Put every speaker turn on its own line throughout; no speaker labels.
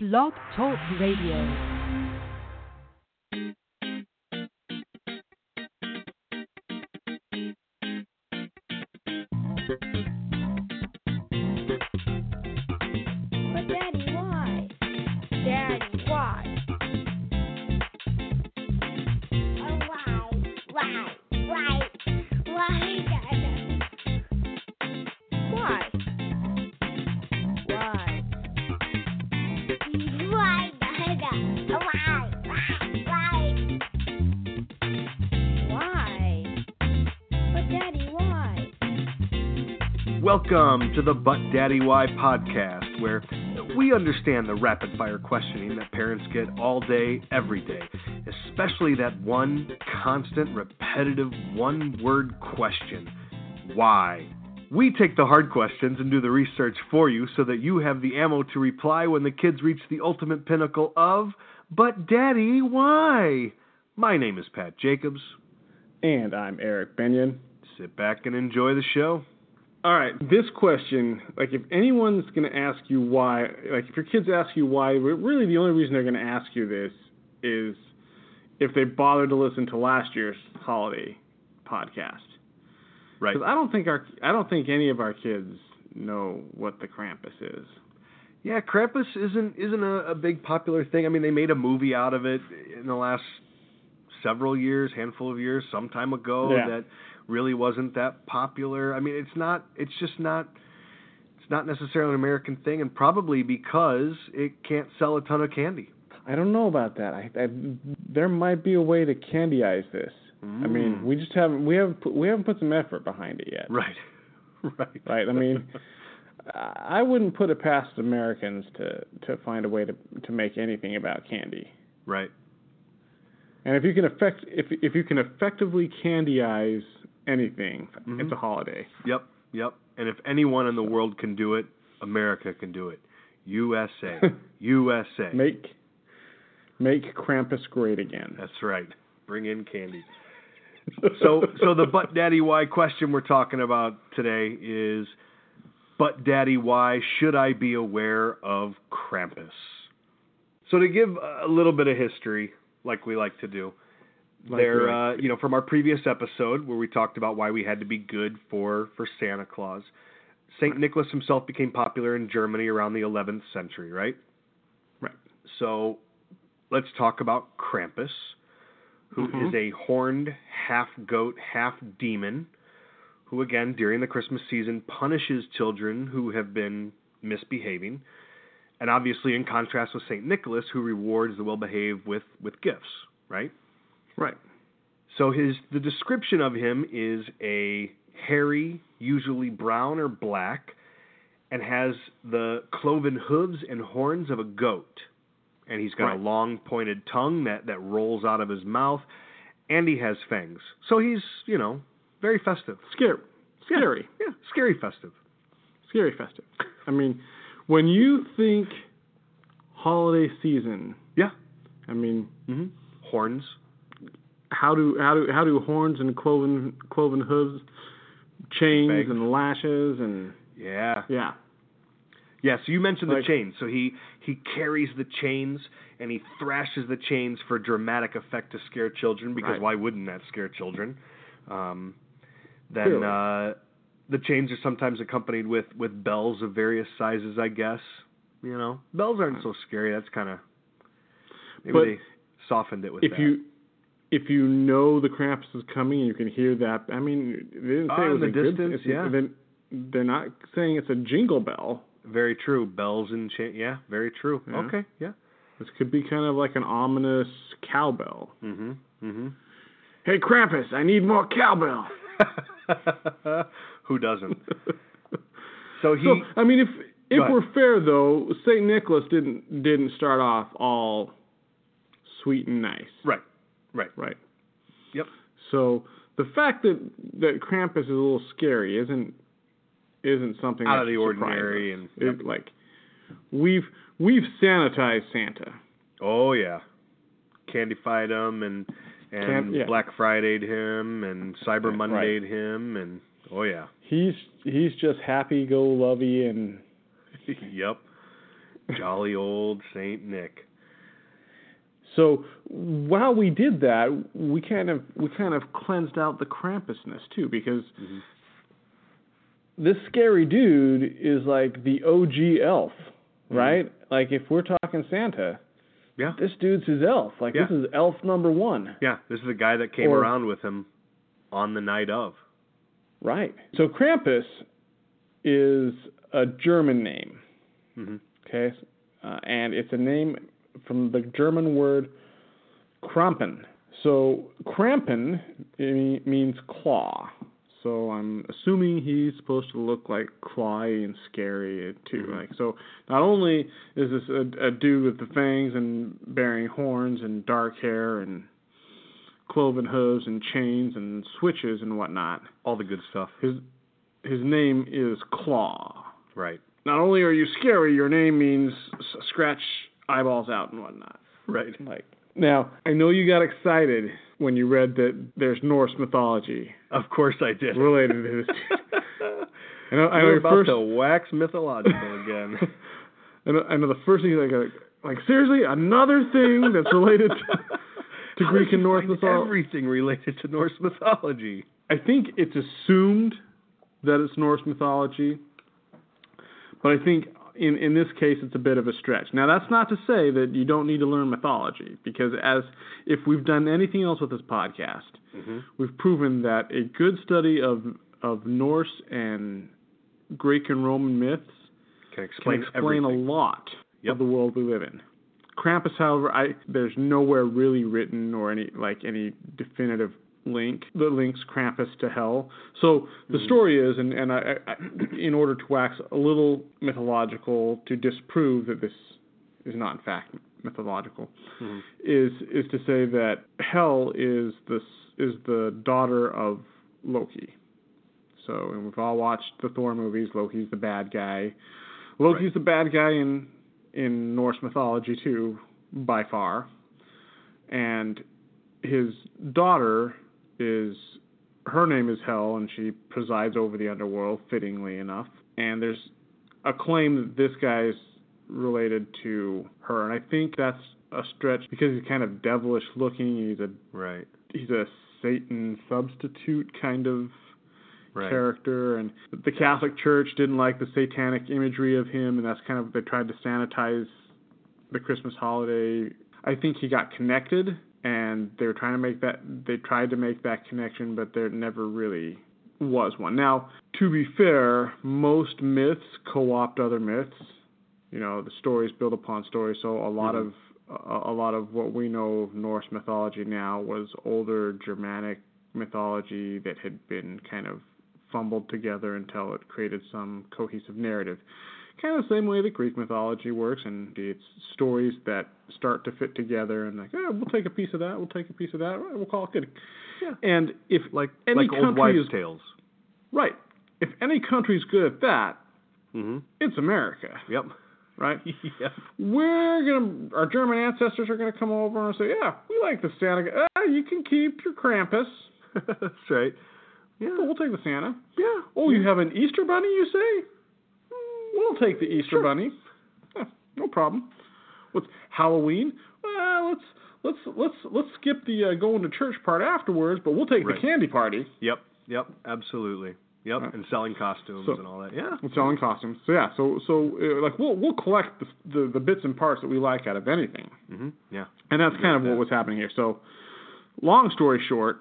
Blog Talk Radio.
But Daddy, why? Daddy, why? Oh, why? Why? Why? Why, Daddy? Why? Why? Why, Daddy? Why? Why? Why? Why? But Daddy, why?
Welcome to the But Daddy Why podcast, where we understand the rapid fire questioning that parents get all day, every day, especially that one constant, repetitive, one word question why? We take the hard questions and do the research for you so that you have the ammo to reply when the kids reach the ultimate pinnacle of But Daddy Why? My name is Pat Jacobs.
And I'm Eric Benyon.
Sit back and enjoy the show.
All right, this question, like if anyone's going to ask you why, like if your kids ask you why, re- really the only reason they're going to ask you this is if they bothered to listen to last year's holiday podcast.
Right.
Because I don't think our, I don't think any of our kids know what the Krampus is.
Yeah, Krampus isn't isn't a, a big popular thing. I mean, they made a movie out of it in the last several years, handful of years, some time ago
Yeah.
that really wasn't that popular. I mean, it's not it's just not it's not necessarily an American thing and probably because it can't sell a ton of candy.
I don't know about that. I, I there might be a way to candyize this. I mean,
Mm.
we just haven't we haven't put, we haven't put some effort behind it yet.
right. right.
Right, I mean- I wouldn't put it past Americans to to find a way to to make anything about candy.
right.
And if you can affect if if you can effectively candyize anything,
Mhm.
it's a holiday.
Yep, yep. And if anyone in the world can do it, America can do it. USA. USA.
Make make Krampus great again.
That's right. Bring in candy. so so the but daddy why question we're talking about today is but daddy why should i be aware of krampus so to give a little bit of history like we like to do
Like
there
we
uh, you know from our previous episode where we talked about why we had to be good for for santa claus st nicholas himself became popular in germany around the 11th century right
Right.
so let's talk about krampus who is
Mhm.
a horned half goat half demon who again during the christmas season punishes children who have been misbehaving and obviously in contrast with saint nicholas who rewards the well behaved with with gifts right
right.
so his the description of him is a hairy, usually brown or black, and has the cloven hooves and horns of a goat. And he's got
Right.
a long pointed tongue that, that rolls out of his mouth, and he has fangs. So he's, you know, very festive.
Scary. Scary.
Yeah, scary festive.
Scary festive. I mean, when you think holiday season,
Yeah.
I mean,
hmm Horns.
how do how do how do horns and cloven cloven hooves, chains
Bangs.
and lashes and
Yeah.
yeah
Yeah, so you mentioned
Like-
the chains. So he he carries the chains and he thrashes the chains for dramatic effect to scare children because
Right.
why wouldn't that scare children? Um, then
Clearly.
uh, the chains are sometimes accompanied with with bells of various sizes, I guess. You know, bells aren't so scary. That's kind of maybe
But
they softened it with
if
that.
you if you know the Krampus is coming and you can hear that I mean they didn't say
Ah,
it
in
was
the
a good-
distance,
it's-
yeah.
then they're not saying it's a jingle bell.
very true. Bells and chains. Yeah, very true.
Yeah.
Okay. Yeah.
This could be kind of like an ominous cowbell.
Mhm.
mm-hmm.
Mhm.
Hey Krampus, I need more cowbell.
Who doesn't? So he.
so I mean if
Go
if
ahead.
we're fair though, Saint Nicholas didn't didn't start off all sweet and nice.
Right. Right.
Right.
Yep.
So the fact that that Krampus is a little scary isn't isn't something
Out
that
of the
should surprise
ordinary
us.
and-
It- like we've we've sanitized Santa.
Oh yeah, candified him and and
Can- yeah.
Black Friday'd him and Cyber
Right.
Monday'd him and oh yeah,
He's he's just happy go lovey and
yep. Jolly old Saint Nick.
So while we did that, we kind of we kind of cleansed out the Krampusness too, because
Mhm.
this scary dude is like the OG elf, right? Like if we're talking Santa,
Yeah.
this dude's his elf. Like this
Yeah.
is elf number one,
Yeah, this is the guy that came
Or-
around with him on the night of.
right? So Krampus is a German name,
hmm
okay, uh, and it's a name from the German word Krampen. So Krampen i- means claw. So I'm assuming he's supposed to look like clawy and scary too.
Mhm.
Like so, not only is this a, a dude with the fangs and bearing horns and dark hair and cloven hooves and chains and switches and whatnot.
All the good stuff.
His his name is Claw
Right.
not only are you scary, your name means s- scratch eyeballs out and whatnot.
Right.
Like now, I know you got excited when you read that there's Norse mythology
Of course I did.
related to this. I know, I know
We're
your
about
first,
to wax mythological again.
I know, I know the first thing you like, uh, like seriously, another thing that's related. to... to
How
Greek
did
and
you
Norse
find
mytholo-
Everything related to Norse mythology.
I think it's assumed that it's Norse mythology, but I think in in this case it's a bit of a stretch. Now that's not to say that you don't need to learn mythology because as if we've done anything else with this podcast,
Mm-hmm.
we've proven that a good study of of Norse and Greek and Roman myths
Can
can
explain,
explain a
everything.
lot
Yep.
of the world we live in. Krampus, however, I there's nowhere really written or any like any definitive link that links Krampus to hell. So the
Mhm.
story is, and and I, I, in order to wax a little mythological to disprove that this is not in fact mythological,
Mhm.
is is to say that hell is this is the daughter of Loki. So, and we've all watched the Thor movies. Loki's the bad guy. Loki's
Right.
the bad guy in in Norse mythology too, by far. And his daughter is her name is Hel, and she presides over the underworld, fittingly enough. And there's a claim that this guy's related to her, and I think that's a stretch because he's kind of devilish looking. He's a
Right.
he's a Satan substitute kind of
Right.
character and the Catholic Church didn't like the satanic imagery of him and that's kind of they tried to sanitize the Christmas holiday. I think he got connected and they were trying to make that they tried to make that connection but there never really was one. Now, to be fair, most myths co-opt other myths. You know, the stories build upon stories, so a lot
Mhm.
of a, a lot of what we know of Norse mythology now was older Germanic mythology that had been kind of fumbled together until it created some cohesive narrative. Kind of the same way that Greek mythology works, and it's stories that start to fit together, and like, oh, we'll take a piece of that, we'll take a piece of that, all right, we'll call it good.
Yeah.
And if
Like
Any
like old
country
wives'
is-
tales.
right, if any country's good at that,
Mm-hmm.
it's America,
Yep.
right?
yep.
We're gonna, our German ancestors are gonna come over and say, yeah, we like the Santa. guy. Ah, you can keep your Krampus,
That's right. Yeah.
but we'll take the Santa.
Yeah.
Oh, you have an Easter bunny, you say? Mm, We'll take the Easter
Sure.
bunny. Yeah, no problem. What's Halloween? Well, let's let's let's let's skip the uh, going to church part afterwards, but we'll take
Right.
the candy party.
Yep. Yep. Absolutely. Yep.
Right.
And selling costumes
So-
and all that. Yeah.
And selling costumes. So yeah, so so uh, like we'll we'll collect the, the the bits and parts that we like out of anything.
Mm-hmm. Yeah.
And that's kind of
Yeah.
what was happening here. So, long story short,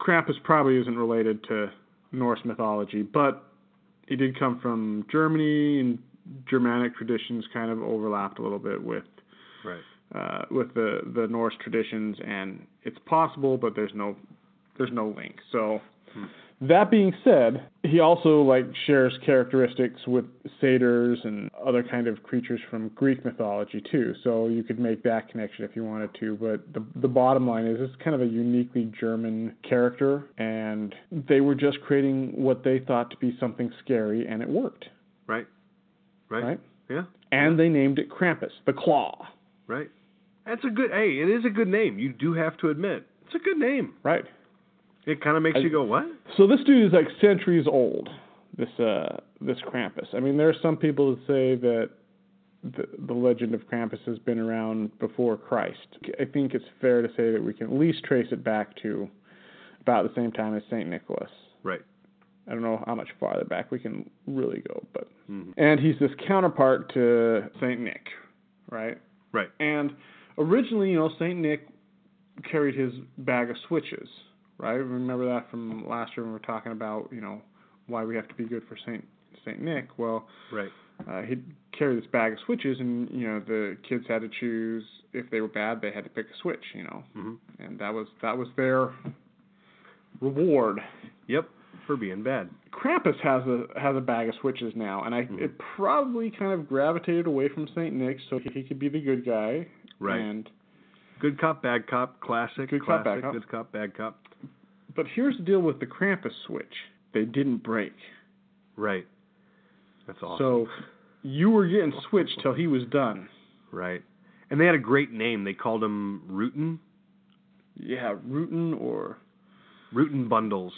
Krampus probably isn't related to Norse mythology, but he did come from Germany, and Germanic traditions kind of overlapped a little bit with
Right.
uh, with the the Norse traditions, and it's possible, but there's no there's no link. So.
Hmm.
That being said, he also like shares characteristics with satyrs and other kind of creatures from Greek mythology too. So you could make that connection if you wanted to. But the the bottom line is, it's kind of a uniquely German character, and they were just creating what they thought to be something scary, and it worked.
Right.
Right.
Yeah.
And they named it Krampus, the Claw.
Right. That's a good. Hey, it is a good name. You do have to admit, it's a good name.
Right.
It kind of makes
I-
you go, what?
So this dude is like centuries old. This uh this Krampus. I mean, there are some people that say that the, the legend of Krampus has been around before Christ. I think it's fair to say that we can at least trace it back to about the same time as St. Nicholas.
Right.
I don't know how much farther back we can really go, but
Mhm.
and he's this counterpart to Saint Nick, right?
Right.
And originally, you know, Saint Nick carried his bag of switches, right? Remember that from last year when we were talking about, you know, why we have to be good for Saint Saint Nick. Well,
Right.
uh, he'd carry this bag of switches, and you know the kids had to choose if they were bad, they had to pick a switch, you know,
hmm
and that was that was their reward.
Yep. For being bad.
Krampus has a has a bag of switches now, and I
Mhm.
it probably kind of gravitated away from Saint Nick, so he, he could be the good guy,
Right.
And
Good cop, bad cop, classic,
Good
classic,
cop, bad cop.
good cop, bad cop.
but here's the deal with the Krampus switch: they didn't break.
Right. That's awesome.
So you were getting switched till he was done.
Right. And they had a great name. They called him Rootin,
Yeah, rootin' or
Rootin Bundles,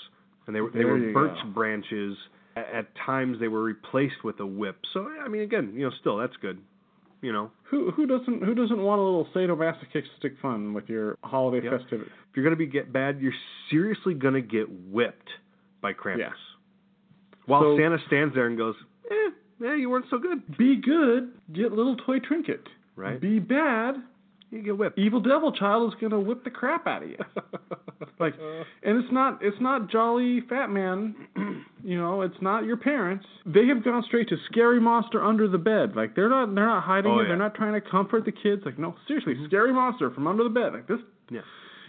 and they were they
There
were
you
birch
go.
branches. A- At times they were replaced with a whip. So I mean, again, you know, still that's good. You know,
Who who doesn't who doesn't want a little sadomasochistic fun with your holiday
Yep.
festivity?
if you're gonna be get bad, you're seriously gonna get whipped by Krampus.
Yeah.
While
So-
Santa stands there and goes, "Eh, eh, you weren't so good."
Be good, get little toy trinket.
Right.
Be bad,
You get whipped.
evil devil child is gonna whip the crap out of you. like, and it's not it's not jolly fat man. You know, it's not your parents. They have gone straight to scary monster under the bed. Like they're not they're not hiding
Oh, yeah.
it.
Mm-hmm.
They're not trying to comfort the kids. Like no, seriously, scary monster from under the bed. Like this.
Yeah.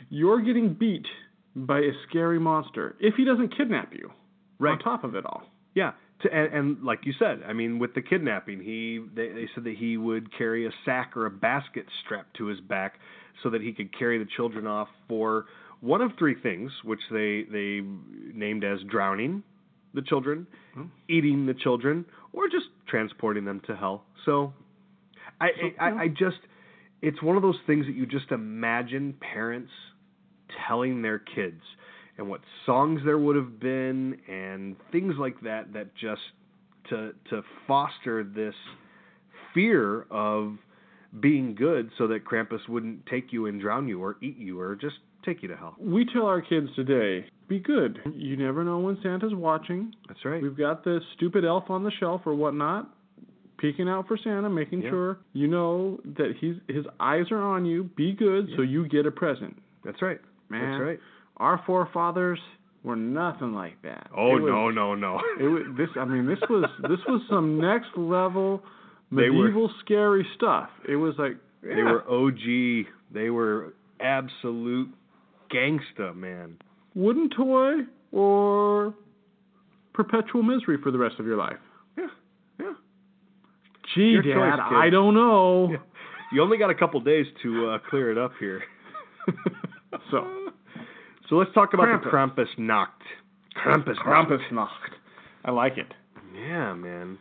You're getting beat by a scary monster if he doesn't kidnap you.
Right.
On top of it all.
Yeah, to, and, and like you said, I mean, with the kidnapping, he they, they said that he would carry a sack or a basket strapped to his back so that he could carry the children off for one of three things, which they they named as drowning the children,
Hmm.
eating the children, or just transporting them to hell. So, I
So-
I, I, I just it's one of those things that you just imagine parents telling their kids and what songs there would have been and things like that that just to to foster this fear of being good so that Krampus wouldn't take you and drown you or eat you or just take you to hell.
We tell our kids today, be good. You never know when Santa's watching.
That's right.
We've got the stupid elf on the shelf or whatnot, peeking out for Santa, making
Yeah.
sure you know that he's his eyes are on you. Be good, so you get a present.
That's right.
Man,
That's right.
our forefathers were nothing like that.
Oh
It was-
no, no, no.
It was this. I mean, this was this was some next level
They were-
medieval scary stuff. It was like
They
yeah.
were OG. They were absolute gangsta, man.
wooden toy or perpetual misery for the rest of your life.
Yeah. Yeah.
Gee,
Your
Dad,
choice, kid.
I don't know.
You only got a couple days to uh, clear it up here.
so
So let's talk about the
Krampus.
Krampusnacht. Krampusnacht.
Krampusnacht. I like it.
Yeah, man.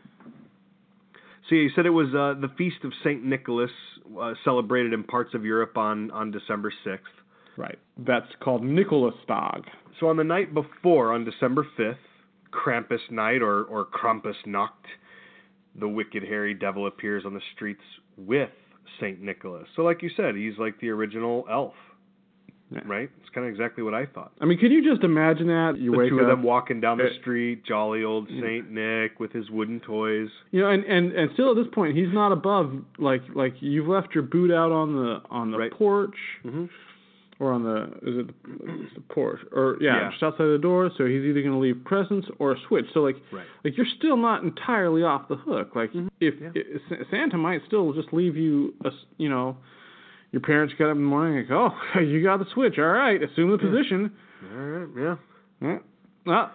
So yeah, you said it was uh, the feast of Saint Nicholas, uh, celebrated in parts of Europe on on December sixth.
Right. That's called Nikolastag.
So on the night before, on December 5th, Krampus Night or, or Krampusnacht, the wicked hairy devil appears on the streets with St. Nicholas. So like you said, he's like the original elf,
Yeah.
right? It's kind of exactly what I thought.
I mean, can you just imagine that? You
the
wake
two
up, eh, mm.
of them walking down the
it-
street, jolly old
Yeah.
St. Nick with his wooden toys.
you know, and, and and still at this point, he's not above like like you've left your boot out on the on the
Right.
porch
Mm-hmm.
or on the is it the, it's the porch or yeah,
Yeah.
just outside the door. So he's either going to leave presents or a switch. So like
Right.
like you're still not entirely off the hook. Like
Mhm.
if,
Yeah.
if Sa- Santa might still just leave you, a s you know, your parents get up in the morning and go, oh, you got the switch. All right, assume the
Yeah.
position.
All right, yeah.
Yeah. Well,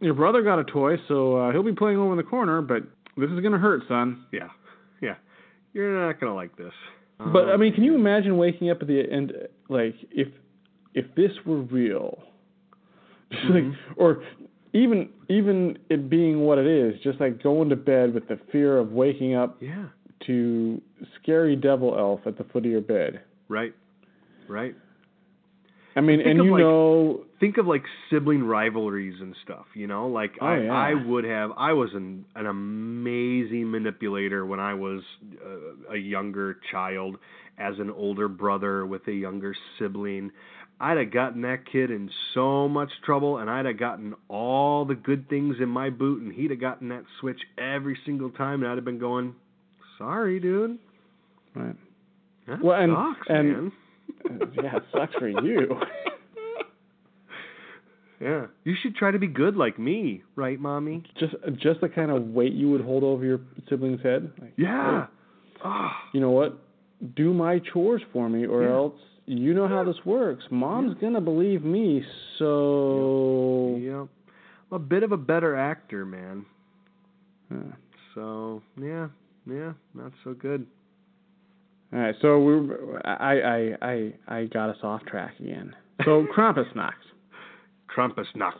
your brother got a toy, so uh, he'll be playing over in the corner. But this is gonna hurt, son.
Yeah. Yeah. You're not going to like this.
but I
Um,
mean, can you imagine waking up at the end, like if if this were real, just
Mhm.
like or even even it being what it is, just like going to bed with the fear of waking up
Yeah.
to scary devil elf at the foot of your bed.
Right. Right.
I mean,
Think
and
of,
you
like-
know,
think of like sibling rivalries and stuff, you know? Like
Oh,
I
yeah.
I would have I was an an amazing manipulator when I was uh, a younger child as an older brother with a younger sibling. I'd have gotten that kid in so much trouble and I'd have gotten all the good things in my boot and he'd have gotten that switch every single time and I'd have been going, "Sorry, dude."
Right.
That
Well, and-
sucks,
and-
man.
yeah, it sucks for you.
Yeah. You should try to be good like me, right, mommy?
Just just the kind of weight you would hold over your sibling's head. Like,
Yeah. Ah.
you know what? Do my chores for me, or
Yeah.
else you know how this works. Mom's gonna believe me, so
Yep. I'm a bit of a better actor, man.
Huh.
So, yeah. Yeah, not so good.
All right, so we I I I I got us off track again. So Krampusnacht.
Krampusnacht.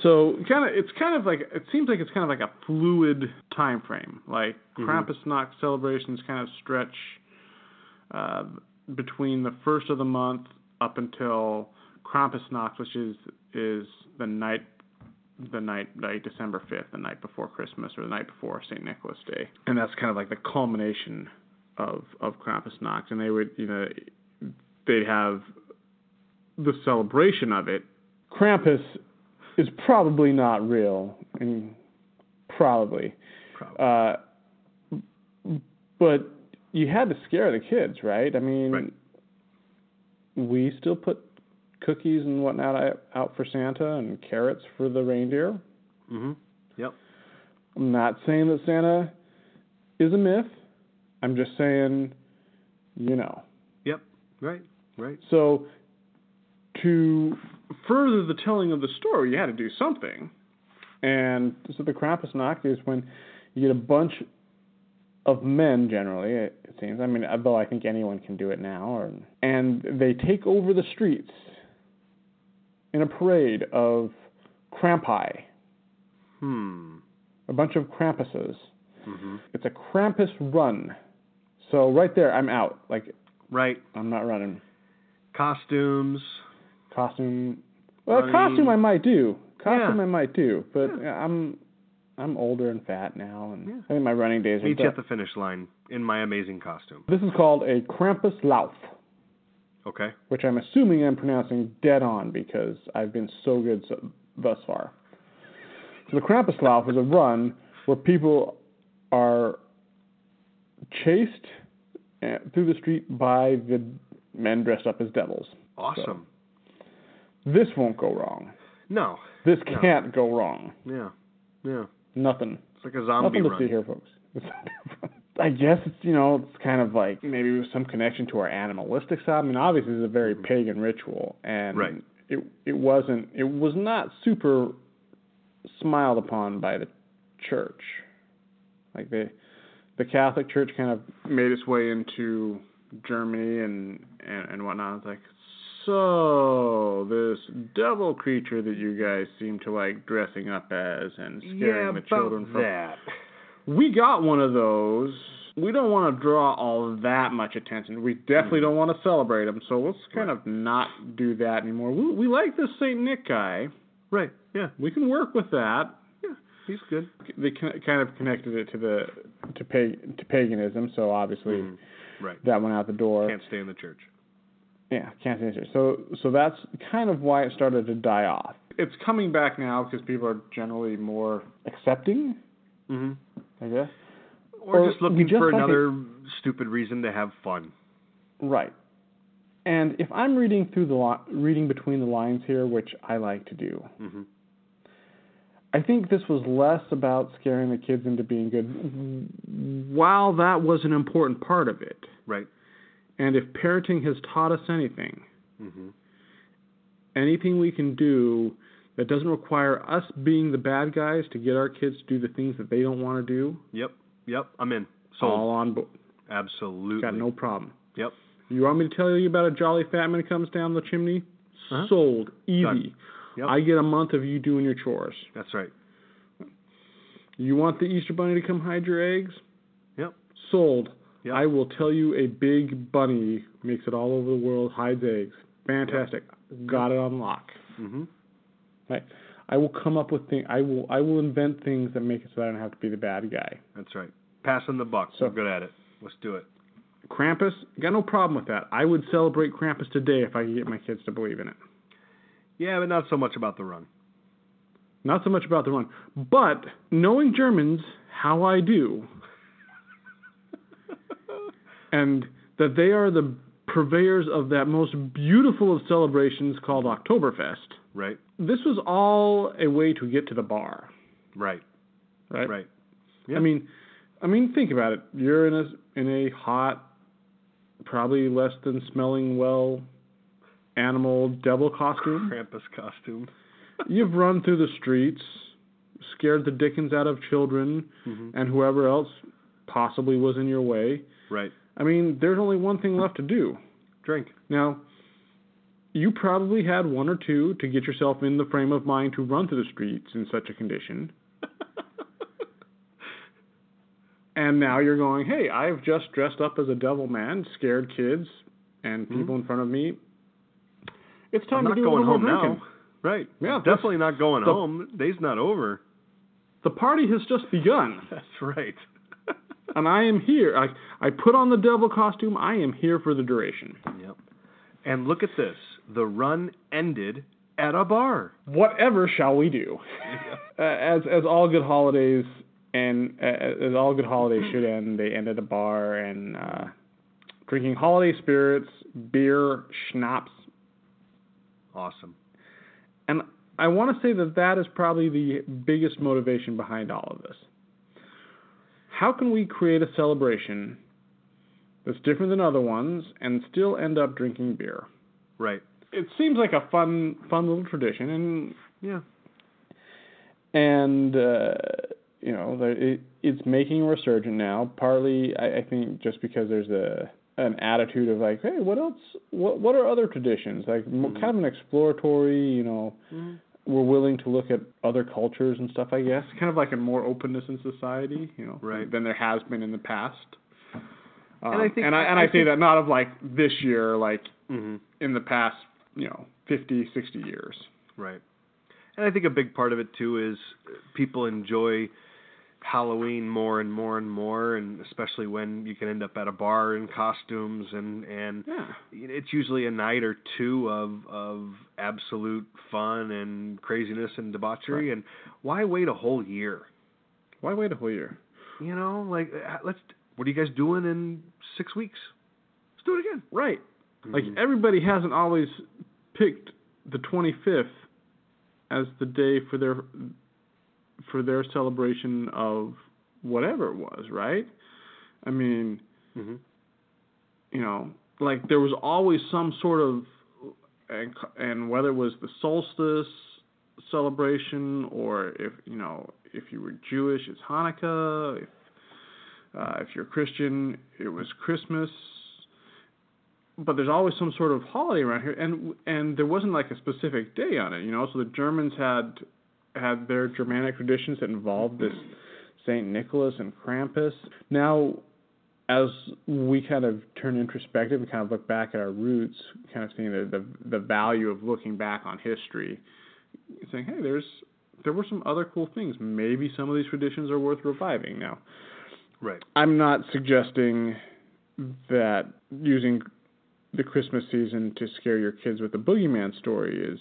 So kind of it's kind of like it seems like it's kind of like a fluid time frame. Like
Mhm.
Krampusnacht celebrations kind of stretch uh, between the first of the month up until Krampusnacht, which is is the night the night like December fifth, the night before Christmas or the night before Saint Nicholas Day, and that's kind of like the culmination of of Krampusnacht, and they would you know they'd have the celebration of it. Krampus is probably not real, and probably,
Probably.
uh, but you had to scare the kids, right? I mean,
Right.
we still put cookies and whatnot out- out for Santa and carrots for the reindeer.
hmm
I'm not saying that Santa is a myth. I'm just saying, you know.
Right, right.
So, to further the telling of the story, you had to do something. And so the Krampusnacht is when you get a bunch of men, generally, it it seems. I mean, although I think anyone can do it now. Or, and they take over the streets in a parade of Krampi,
Hmm.
a bunch of Krampuses.
hmm
It's a Krampus run. So right there, I'm out. Like,
Right.
I'm not running.
Costumes.
costume. Well,
Running.
costume I might do. Costume
Yeah.
I might do, but
Yeah.
I'm I'm older and fat now, and
Yeah.
I think my running days are
Meet you
done.
at the finish line in my amazing costume.
This is called a Krampuslauf,
Okay.
which I'm assuming I'm pronouncing dead on because I've been so good so, thus far. So the Krampuslauf is a run where people are chased eh, through the street by the men dressed up as devils.
Awesome.
This won't go wrong.
No.
This
No.
can't go wrong.
Yeah. Yeah.
Nothing.
It's like a zombie
Nothing
run.
to see here, folks. I guess it's you know it's kind of like maybe with some connection to our animalistic side. I mean, obviously it's a very pagan ritual, and
Mm-hmm. Right.
it it wasn't it was not super smiled upon by the church. Like the the Catholic Church kind of made its way into Germany and and, and whatnot. It's like so this devil creature that you guys seem to like dressing up as and
Yeah,
scaring the
about
children from
that.
we got one of those. We don't want to draw all that much attention. We definitely don't want to celebrate them, so let's kind of not do that anymore. We, we like this Saint Nick guy.
Right. Yeah.
We can work with that.
He's good.
They con- kind of connected it to the to pag- to paganism, so obviously
Mhm. Right.
that went out the door.
Can't stay in the church.
Yeah, can't answer. So so that's kind of why it started to die off. It's coming back now because people are generally more accepting,
hmm
I guess.
Or,
Or
just
we
looking
just
for
like a-
another stupid reason to have fun.
Right. And if I'm reading through the li- reading between the lines here, which I like to do,
hmm
I think this was less about scaring the kids into being good, while that was an important part of it.
Right.
And if parenting has taught us anything,
hmm
anything we can do that doesn't require us being the bad guys to get our kids to do the things that they don't want to do,
Yep. Yep. I'm in. Sold.
all on board.
Absolutely.
Got no problem.
Yep.
You want me to tell you about a jolly fat man who comes down the chimney?
Uh-huh.
Sold. Easy.
Done. Yep.
I get a month of you doing your chores.
That's right.
You want the Easter bunny to come hide your eggs?
Yep.
Sold.
Yep.
I will tell you a big bunny makes it all over the world, hides eggs. Fantastic.
Mm-hmm.
Got it on lock.
hmm
Right. I will come up with things. I will. I will invent things that make it so I don't have to be the bad guy.
That's right. Passing the buck.
So-
We're good at it. Let's do it.
Krampus. Got no problem with that. I would celebrate Krampus today if I could get my kids to believe in it.
Yeah, but not so much about the run.
Not so much about the run, but knowing Germans, how I do, and that they are the purveyors of that most beautiful of celebrations called Oktoberfest.
Right.
This was all a way to get to the bar,
Right.
right?
Right. Yeah.
I mean, I mean, think about it. You're in a in a hot, probably less than smelling well, animal devil costume.
Krampus costume.
You've run through the streets, scared the dickens out of children
hmm
and whoever else possibly was in your way.
Right.
I mean, there's only one thing left to do.
Drink.
Now, you probably had one or two to get yourself in the frame of mind to run through the streets in such a condition. And now you're going, hey, I've just dressed up as a devil man, scared kids and people in front of me. It's time
Hmm? I'm not
to do a
going
little
home
drinking.
now. Right.
Yeah,
I'm definitely not going
the-
home. Day's not over.
The party has just begun.
That's right.
and I am here. I I put on the devil costume. I am here for the duration.
Yep. And look at this. The run ended at a bar.
Whatever shall we do? Uh, as as all good holidays and uh, as all good holidays should end, they end at a bar and uh, drinking holiday spirits, beer, schnapps,
Awesome.
and I want to say that that is probably the biggest motivation behind all of this. How can we create a celebration that's different than other ones and still end up drinking beer?
Right.
it seems like a fun fun little tradition and
Yeah.
and uh you know the- it it's making a resurgence now partly I, I think just because there's a an attitude of like hey what else what what are other traditions like mo
Mm-hmm.
kind of an exploratory you know we're willing to look at other cultures and stuff i guess kind of like a more openness in society you know
Right.
than there has been in the past um,
I think-
and i and i,
I
say
think-
that not of like this year like
hmm
in the past you know 50 60 years
Right. And I think a big part of it too is uh, people enjoy Halloween more and more and more, and especially when you can end up at a bar in costumes and and
Yeah.
it's usually a night or two of of absolute fun and craziness and debauchery. And why wait a whole year?
Why wait a whole year?
You know, like uh, let's. What are you guys doing in six weeks? Let's do it again.
Right. Like
Mhm.
everybody hasn't always picked the 25th as the day for their for their celebration of whatever it was, right? I mean,
Mhm.
Mm-hmm. you know, like there was always some sort of and, and whether it was the solstice celebration or if you know if you were Jewish, it's Hanukkah. If uh, if you're Christian, it was Christmas. But there's always some sort of holiday around here, and and there wasn't like a specific day on it, you know. So the Germans had had their Germanic traditions that involved this Saint Nicholas and Krampus. Now as we kind of turn introspective and kind of look back at our roots, kind of seeing the the, the value of looking back on history, saying, hey, there's there were some other cool things. Maybe some of these traditions are worth reviving now.
Right.
I'm not suggesting that using the Christmas season to scare your kids with the boogeyman story is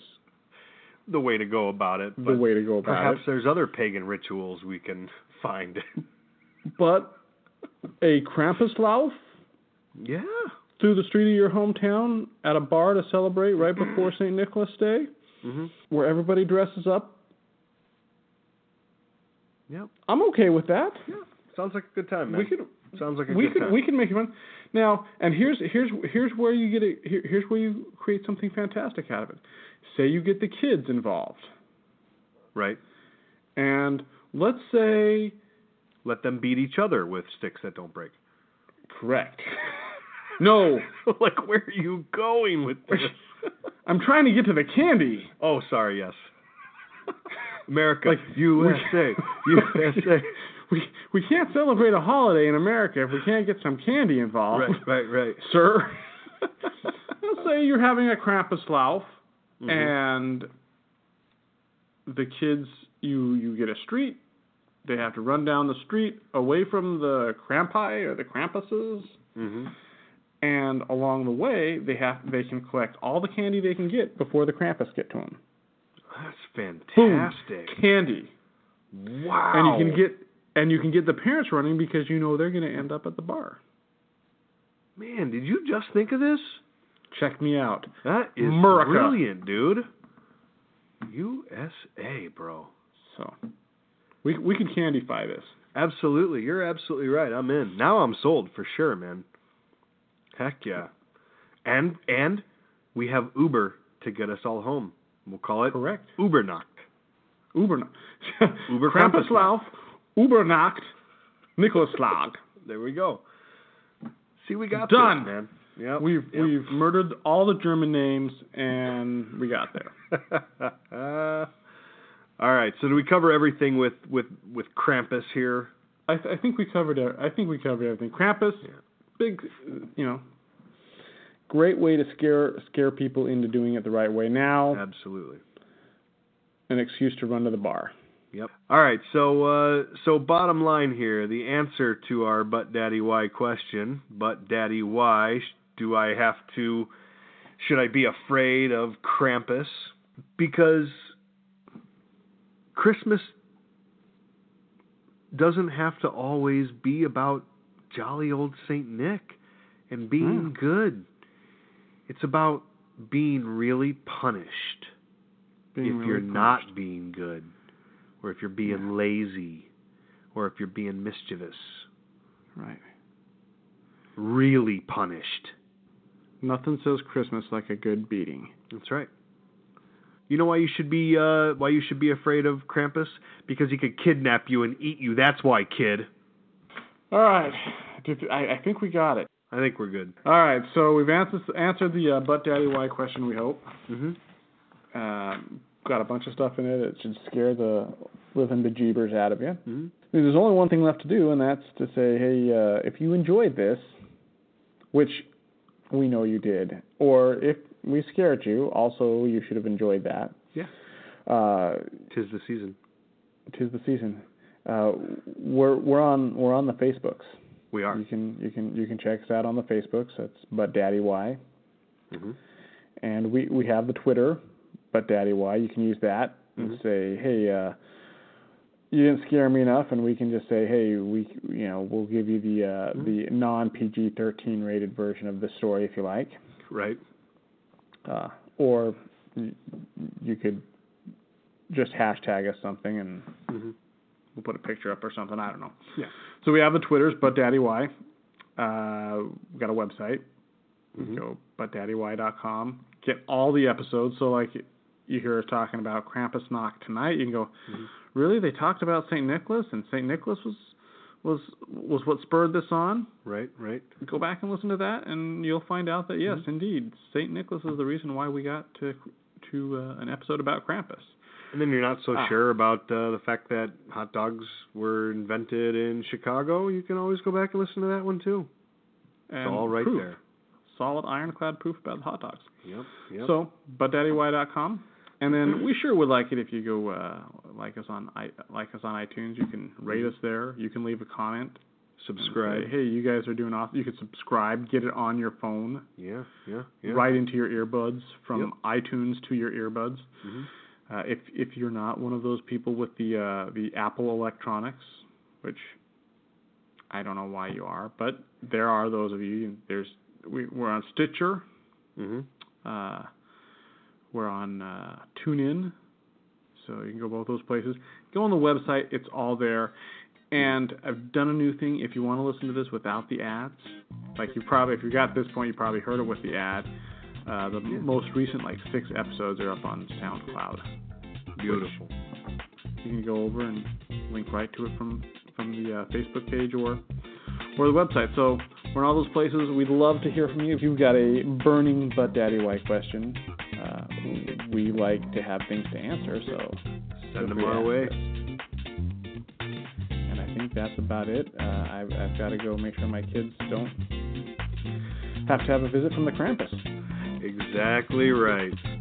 The way to go about it.
the
but
way to go about
Perhaps
it.
there's other pagan rituals we can find.
But a Krampuslauf
yeah.
through the street of your hometown at a bar to celebrate right before St. Nicholas Day.
hmm
where everybody dresses up.
Yep.
I'm okay with that.
Yeah. Sounds like a good time, man.
We could
Sounds like a
we
good
could
time.
we could make it fun. Now, and here's here's here's where you get it. Here, here's where you create something fantastic out of it. Say you get the kids involved,
Right.
and let's say
Let them beat each other with sticks that don't break.
correct. no,
like, where are you going with this?
I'm trying to get to the candy.
oh, sorry. Yes. America.
Like,
USA.
we-
USA.
We we can't celebrate a holiday in America if we can't get some candy involved,
right. Right. Right.
sir. Let's say you're having a Krampus Lauf,
Mm-hmm.
Mhm.
and the kids, you you get a street. They have to run down the street away from the Krampi or the Krampuses,
Mm-hmm.
Mhm.
and along the way, they have they can collect all the candy they can get before the Krampus get to them.
That's fantastic.
Candy,
Wow.
and you can get and you can get the parents running because you know they're going to end up at the bar.
Man, did you just think of this?
Check me out.
That is
Murica.
brilliant, dude. USA, bro.
So we we could candyfy this.
Absolutely. You're absolutely right. I'm in. Now I'm sold for sure, man. Heck yeah. And and we have Uber to get us all home. We'll call it
Correct.
Ubernacht.
Ubernacht.
Uber
Krampuslauf, Ubernacht, Nikolaslag.
There we go. See, we got
Done.
this, man. Yep.
We've
yep.
we've murdered all the German names and we got there.
all right. So do we cover everything with with with Krampus here?
I, th- I think we covered it. I think we covered everything. Krampus,
Yeah.
big, uh, you know, great way to scare scare people into doing it the right way. Now,
Absolutely.
an excuse to run to the bar.
Yep. All right. So uh, so bottom line here, the answer to our but daddy why question, but daddy why sh- do I have to? Should I be afraid of Krampus? Because Christmas doesn't have to always be about jolly old Saint Nick and being good. It's about being really punished
Being
if
really
you're
punished.
not being good, or if you're being
Yeah.
lazy, or if you're being mischievous,
right,
really punished.
nothing says Christmas like a good beating.
That's right. You know why you should be uh, why you should be afraid of Krampus? Because he could kidnap you and eat you. That's why, kid.
All right, Did- I, I think we got it.
I think we're good.
All right, so we've answered answered the uh, butt daddy why question. We hope
Mm-hmm.
um, got a bunch of stuff in it that should scare the living bejeebers out of you.
Mm-hmm.
I mean, there's only one thing left to do, and that's to say, hey, uh, if you enjoyed this, which we know you did, or if we scared you, also you should have enjoyed that.
Yeah.
Uh,
Tis the season.
tis the season. Uh, we're we're on we're on the Facebooks.
We are.
You can you can you can check us out on the Facebooks. That's but Daddy Why,
Mm-hmm.
and we we have the Twitter, but Daddy Why. You can use that and
Mhm.
say, hey, uh, you didn't scare me enough, and we can just say, hey, we you know we'll give you the uh,
Mhm.
the non PG thirteen rated version of the story if you like,
Right.
uh, or y- you could just hashtag us something and
Mm-hmm.
we'll put a picture up or something. I don't know.
Yeah.
So we have the Twitters, but Daddy Why. Uh, we've got a website.
Mhm.
Go butdaddywhy.com. Get all the episodes. So like you hear us talking about Krampus knock tonight, you can go,
Mhm.
really? They talked about Saint Nicholas, and Saint Nicholas was was was what spurred this on.
Right. Right.
Go back and listen to that, and you'll find out that yes,
Mhm.
indeed, Saint Nicholas is the reason why we got to to uh, an episode about Krampus.
And then you're not so
Ah.
sure about uh, the fact that hot dogs were invented in Chicago. You can always go back and listen to that one too.
And
It's all right
proof.
there.
Solid ironclad proof about the hot dogs.
Yep. Yep. Mm-hmm.
So, butdaddywhy.com. And then we sure would like it if you go uh, like us on i like us on iTunes. You can rate us there. You can leave a comment. and say,
Mm-hmm. subscribe.
hey, you guys are doing awesome. You can subscribe. Get it on your phone,
Yeah. Yeah. Yeah.
right into your earbuds from iTunes to your earbuds.
Mhm.
Uh, if if you're not one of those people with the uh, the Apple electronics, which I don't know why you are, but there are those of you. There's we, we're on Stitcher.
Mhm.
Uh, we're on uh, TuneIn, so you can go both those places. Go on the website; it's all there. And I've done a new thing. If you want to listen to this without the ads, like you probably, if you got this point, you probably heard it with the ad. Uh, the
Yeah.
most recent, like six episodes, are up on SoundCloud.
Beautiful.
You can go over and link right to it from from the uh, Facebook page or or the website. So we're in all those places. We'd love to hear from you if you've got a burning but daddy why question. Uh, we like to have things to answer, so
Send them
feel free to
our
ask
way.
us. And I think that's about it. Uh, I've, I've got to go make sure my kids don't have to have a visit from the Krampus.
Exactly. exactly right.